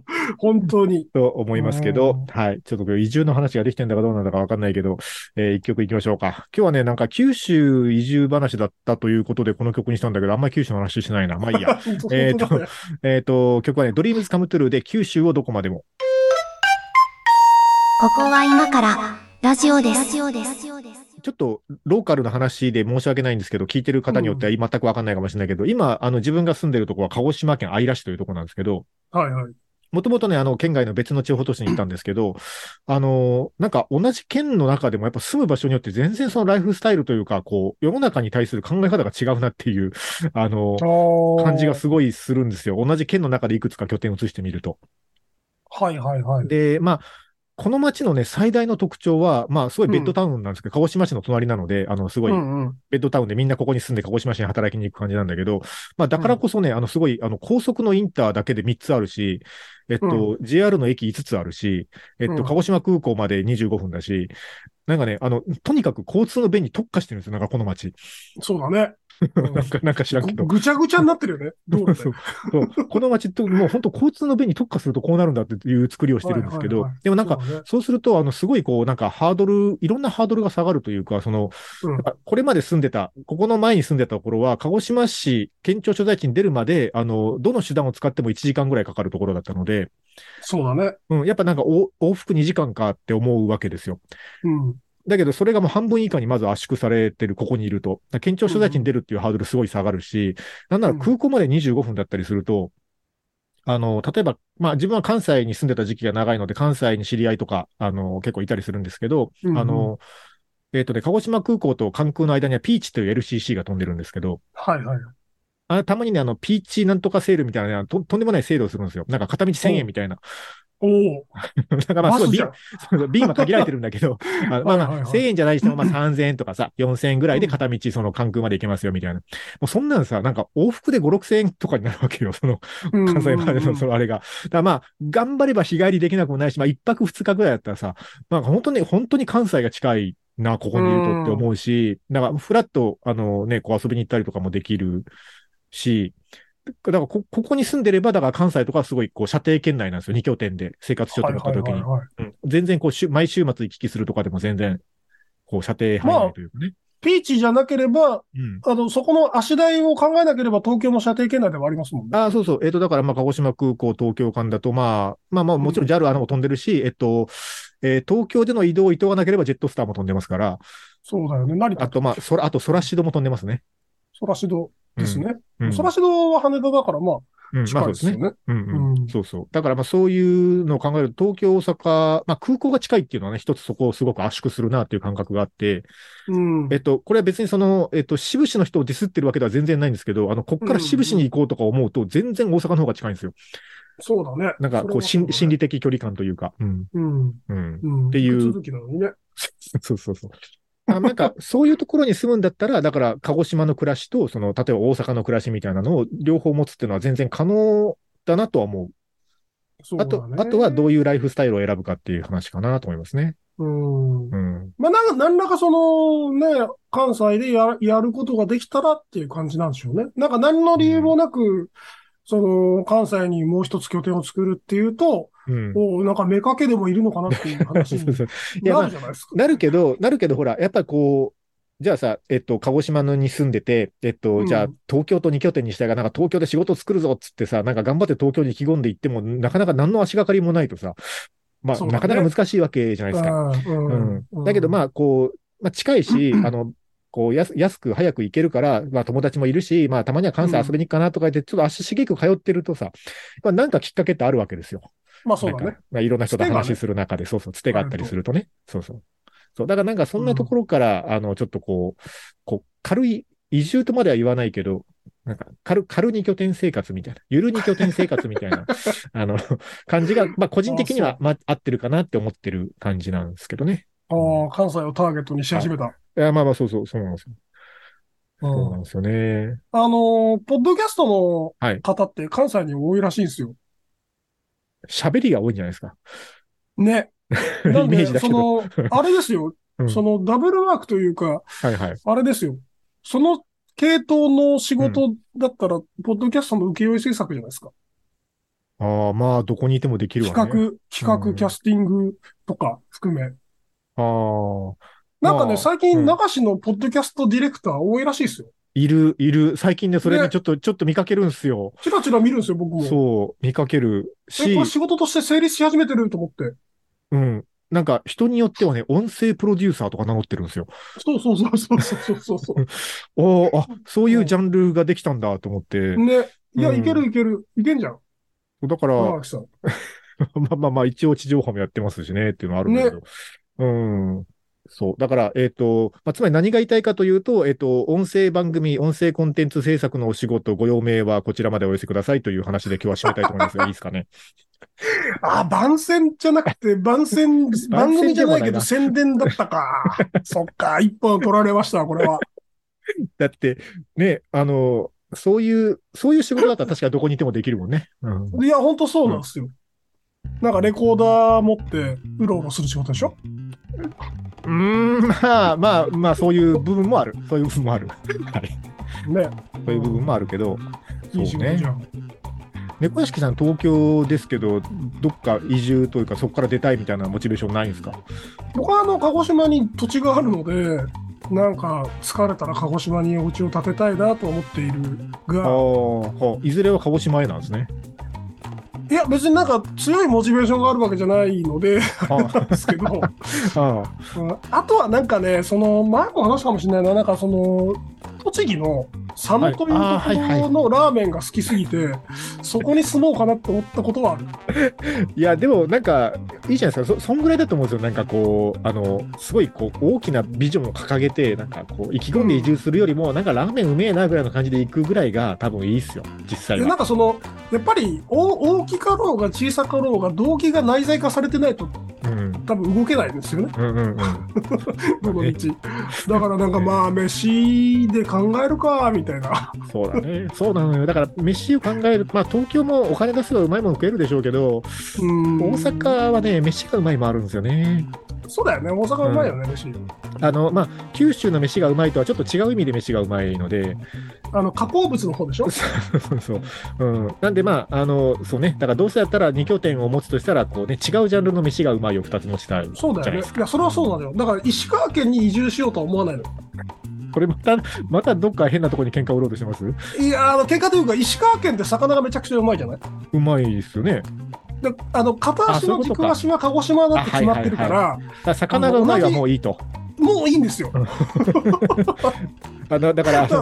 C: 本当に。
B: と思いますけど、
C: う
B: はい。ちょっとこれ移住の話ができてんだかどうなんだかわかんないけど、えー一曲行きましょうか。今日はね、なんか九州移住話だったということでこの曲にしたんだけど、あんまり九州の話しないな。まあいい や。
C: 本当
B: えーと
C: 本当だね
B: えっと、曲はね、Dreams Come True で九州をどこまでも。
A: ここは今からラジオです。ラジオです。
B: ちょっとローカルの話で申し訳ないんですけど、聞いてる方によっては全くわかんないかもしれないけど、今、あの自分が住んでるとこは鹿児島県姶良市というとこなんですけど、
C: はいはい。
B: もともとね、あの、県外の別の地方都市にいたんですけど、あの、なんか同じ県の中でもやっぱ住む場所によって全然そのライフスタイルというか、こう、世の中に対する考え方が違うなっていう、あの、感
C: 感
B: じがすごいするんですよ。同じ県の中でいくつか拠点を移してみると。
C: はいはいはい。
B: で、まあ、この町のね、最大の特徴は、まあ、すごいベッドタウンなんですけど、鹿児島市の隣なので、あの、すごい
C: うんうん。
B: ベッドタウンでみんなここに住んで鹿児島市に働きに行く感じなんだけど、まあだからこそね、あのすごい、あの高速のインターだけで3つあるし、えっと、JR の駅5つあるし、えっと、
C: うん
B: 鹿児島空港まで25分だし、なんかね、あの、とにかく交通の便に特化してるんですよ、なんかこの街。
C: そうだね。うん
B: なんか、なんか知らんけど
C: ぐ。ぐちゃぐちゃになってるよね。道 路
B: そ
C: で
B: う。そうこの街と、もう本当交通の便に特化するとこうなるんだっていう作りをしてるんですけ
C: は
B: ど
C: いはいはい、
B: でもなんか、
C: そうね
B: そうすると、あの、すごいこう、なんかハードル、いろんなハードルが下がるというか、その、
C: うん
B: なんかこれまで住んでた、ここの前に住んでたところは、鹿児島市県庁所在地に出るまで、あの、どの手段を使っても1時間ぐらいかかるところだったので、
C: そうだね。
B: うん、やっぱなんかお往復2時間かって思うわけですよ。
C: うん。
B: だけど、それがもう半分以下にまず圧縮されてる、ここにいると。だから県庁所在地に出るっていうハードルすごい下がるし、なんなら空港まで25分だったりすると、あの、例えば、まあ自分は関西に住んでた時期が長いので、関西に知り合いとか、あの、結構いたりするんですけど、
C: うんうん
B: あの、えっ、とね、鹿児島空港と関空の間にはピーチという LCC が飛んでるんですけど、
C: はいはい。
B: あたまにね、あの、ピーチなんとかセールみたいなね、ととんでもないセールをするんですよ。なんか片道1000円みたいな。
C: おお。
B: だからまあ
C: バ
B: すご
C: ス
B: い
C: じ
B: 便
C: ゃん。
B: そうそう瓶は限られてるんだけど、あのまあま
C: はいはい
B: あ、
C: はい
B: 1000円じゃないにしても、まあ3000円とかさ、4000円ぐらいで片道その関空まで行けますよみたいな。もうそんなんさ、なんか往復で5、6000円とかになるわけよ、その関西までのそのあれが。だからまあ、頑張れば日帰りできなくもないし、まあ一泊二日ぐらいだったらさ、なんか本当に、本当に関西が近いな、ここにいるとって思うし、だからフラッと、あのね、こう遊びに行ったりとかもできるし、だからこ、ここに住んでれば、だから関西とかはすごい、こう、射程圏内なんですよ、2拠点で生活しようと思った時に。
C: はいはいはいはい
B: うん全然こう、週毎週末行き来するとかでも全然、こう、射程範囲内というかね。
C: ピーチじゃなければ、
B: うん。
C: あの、そこの足台を考えなければ東京の射程圏内ではありますもんね。
B: ああ、そうそう。えっ、と、だから、まあ、鹿児島空港、東京間だと、まあ、まあまあ、もちろん JAL あのも飛んでるし、えっと、えー東京での移動をいとわなければジェットスターも飛んでますから、
C: そうだよね。成田
B: あと、まあ、そら、あと、ソラシドも飛んでますね。
C: ソラシドですね。
B: うん。
C: ソラシドは羽田だから、ま
B: うんま
C: あ、
B: あ
C: 近
B: そ
C: いうで
B: ですす
C: よ
B: ね。
C: ね。
B: うんうん。
C: うん
B: そうそう。だから、まあ、そういうのを考えると、東京、大阪、まあ、空港が近いっていうのはね、一つそこをすごく圧縮するなっていう感覚があって、
C: うん。
B: えっと、これは別にその、えっと、志布志の人をディスってるわけでは全然ないんですけど、あの、こっから志布志に行こうとか思うと、全然大阪の方が近いんですよ。
C: そうだね。
B: なんか、こう、
C: そ
B: 心
C: れはそうだね
B: 心。理的距離感というか。うん。
C: うん。
B: うん。
C: うん。
B: っていう
C: 手続きなのにね。
B: そうそうそう。あなんか、そういうところに住むんだったら、だから、鹿児島の暮らしと、その、例えば大阪の暮らしみたいなのを両方持つっていうのは全然可能だなとは思う。
C: そうだ
B: あと、あとはど
C: う
B: ういうライフスタイルを選ぶかっていう話かなと思いますね。
C: う
B: う
C: ん。
B: ん。
C: まあ、なんか、何らかその、ね、関西でや、やることができたらっていう感じなんでしょうね。なんか何の理由もなく、その、関西にもう一つ拠点を作るっていうと、
B: うん。
C: おうなんか目かけでもいるのかなっていう 話
B: そう
C: に
B: そうそう。いや、ま
C: な
B: あ
C: るじゃないですか。
B: なるけど、なるけど、ほら、やっぱこう、じゃあさ、えっと、鹿児島のに住んでて、えっ
C: う
B: と、
C: ん
B: じゃあ、東京と2拠点にしたいが、なんか東京で仕事作るぞっつってさ、なんか頑張って東京に意気込んでいっても、なかなか何の足がかりもないとさ、まあ、
C: そうだね
B: なかなか難しいわけじゃないですか。
C: うん
B: うん。
C: うん
B: だけど、まあ、こう、まあ、近いし、あの、こう安、安く早く行けるから、まあ、友達もいるし、まあ、たまには関西遊びに行くかなとか言って、ちょっと足しげく通ってるとさ、まあ、なんかきっかけってあるわけですよ。
C: まあそうだ
B: なん
C: ね
B: か。まあ、いろんな人と
C: つてがね
B: 話する中で、そうそう、つてがあったりするとね。そうそう。そう、だからなんかそんなところから、あの、ちょっとこう、こう、軽い、移住とまでは言わないけど、なんか、軽、軽に拠点生活みたいな、ゆるに拠点生活みたい な、あの、感じが、まあ、個人的に
C: あ
B: は、まあ、合ってるかなって思ってる感じなんですけどね。
C: ああ、関西をターゲットにし始めた。
B: いや、まあまあ、そうそう、そうなんですよ。
C: うん
B: そうなんですよね。
C: あのー、ポッドキャスト
B: は
C: の
B: い
C: 方って関西に多いらしいんですよ。
B: 喋りが多いんじゃないですか。
C: ね。
B: イ
C: なん
B: メー
C: で、
B: ジだ
C: そ
B: けど。
C: の、あれですよ
B: う。ん
C: そのダブルワークというか、
B: はいはい。
C: あれですよ。その系統の仕事だったら、ポッドキャストの請負制作じゃないですか。
B: ああ、まあ、どこにいてもできるわね。
C: 企画、企
B: う
C: 画、
B: ん
C: キャスティングとか含め。
B: ああ。
C: なんか
B: ま
C: ね、
B: あ
C: 最近、
B: うん
C: 流しのポッドキャストディレクター多いらしいですよ。
B: いる、いる。最近ね、それね、
C: ね
B: ちょっと、ちょっと見かけるんすよ。
C: チラチラ見るんですよ、僕も。
B: そう、見かける
C: え、
B: し
C: これ、仕事として成立し始めてると思って。
B: うん。なんか、人によってはね、音声プロデューサーとか名乗ってるんですよ。
C: そうそうそうそうそうそうそう。
B: おーあ、そういうジャンルができたんだと思って。
C: ね。いや、
B: うん
C: いけるいける。いけんじゃん。
B: だから、
C: 長
B: ま
C: 垣さん。
B: あ まあまあ、一応地上波もやってますしね、っていうのはあるんだけど。うん。そう。だから、えっ、と、まあ、つまり何が言いたいかというと、えっ、と、音声番組、音声コンテンツ制作のお仕事、ご用命はこちらまでお寄せくださいという話で今日は締めたいと思いますが、いいですかね。
C: あ、番宣じゃなくて、番宣、 番組じゃないけど
B: 番
C: 宣伝だったか。そっか、一本取られました、これは。
B: だって、ね、あの、そういう、そういう仕事だったら確かどこにいてもできるもんね。うん。
C: いや、ほんとそうなんですよ。なんかレコーダー持って、うろうろする仕事でしょ
B: うーん、まあまあまあ、そういう部分もある。そういう部分もある。はい。
C: ね。
B: そういう部分もあるけど、
C: いい仕事じゃん。
B: 猫屋敷さん、東京ですけど、どっか移住というか、そこから出たいみたいなモチベーションないんですか
C: 僕はあの、鹿児島に土地があるので、なんか疲れたら鹿児島にお家を建てたいなと思っている
B: ああ
C: が、
B: はいいずれは鹿児島へなんですね。
C: いや別になんか強いモチベーションがあるわけじゃないの で、
B: あ
C: ですけど、
B: あ
C: うんあとはなんかね、その前も話したかもしれないな、なんかその栃木の佐野というとこ
B: はいあーはいはい
C: ろのラーメンが好きすぎて、そこに住もうかなって思ったことはある。
B: いや、でもなんか、いいじゃないですか、そそんぐらいだと思うんですよ、なんかこう、あのすごいこう大きなビジョンを掲げて、なんかこう、意気込んで移住するよりも、なんかラーメンうめえなぐらいの感じで行くぐらいが、多分いいっすよ、実際
C: でな
B: は。
C: んかそのやっぱり大大きかろうが小さかろうが動機が内在化されてないと
B: うん
C: 多分動けないんで すよね、
B: うんうん
C: この道。だからなんかまあ飯で考えるかみたいな。
B: うん、そうだね、そうなのよ、だから飯を考える、まあ、東京もお金出せばうまいもの食えるでしょうけど、
C: うん
B: 大阪はね、飯がうまいもあるんですよね。
C: そうだよね大阪うまいよね、飯。
B: あのまあ、九州の飯がうまいとはちょっと違う意味で飯がうまいので、
C: あの加工物の方でしょ
B: そうそう、うん、なんでまああのそうねだからどうせやったら2拠点を持つとしたらこう、ね、違うジャンルの飯がうまいを2つ持ちたい
C: そうだ
B: じゃ
C: よ
B: ない
C: ね
B: です。
C: いや、それはそうなのよ。だから、石川県に移住しようとは思わないの。
B: これまたまたどっか変なところに喧嘩売ろうとしてます
C: いや、あの、結果というか、石川県って魚がめちゃくちゃうまいじゃないう
B: まいですよね
C: であの、片足の軸足は鹿児島だって決まってるか
B: あは
C: ら、
B: だから魚がうまいはもういいと
C: もういいんで すよ。
B: あだだから
C: だか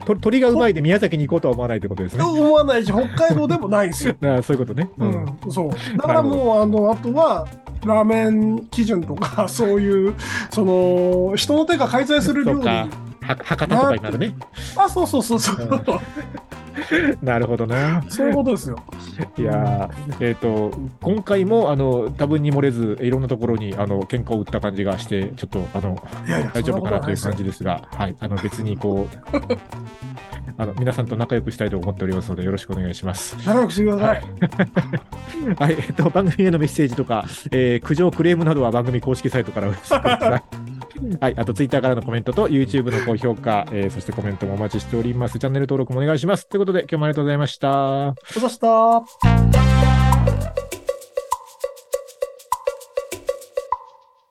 C: ら
B: と鳥がうまいで宮崎に行こうとは思わないってことですね
C: 思わないし、北海道でもないんですよ。
B: あそういうことね、う
C: うんん、そう。だからもう、あの、あとは、ラーメン基準とか、 そういう、その、人の手が介在する料
B: そう
C: 理。
B: かは博多とかになるね
C: あ、そうそうそうそうう。
B: んなるほどな
C: そういうことですよ。
B: いやーえっ、と、今回も、あの、多分に漏れず、いろんなところに、あの、喧嘩を売った感じがして、ちょっと、あの、
C: いやいや、
B: 大丈夫かなという
C: そん
B: 感
C: こ
B: じですが、はい、あの、別に、こう、 あの、皆さんと仲良くしたいと思っておりますので、よろしくお願いします。
C: とないですよ。仲良くしてください。
B: はい、えっ、と、番組へのメッセージとか、えー苦情、クレームなどは番組公式サイトからお寄せください。 はい、あと、ツイッターからのコメントと、YouTube の高評価、えーそしてコメントもお待ちしております。チャンネル登録もお願いします。ということで、今日もありがとうございました。
C: お疲れ様でした。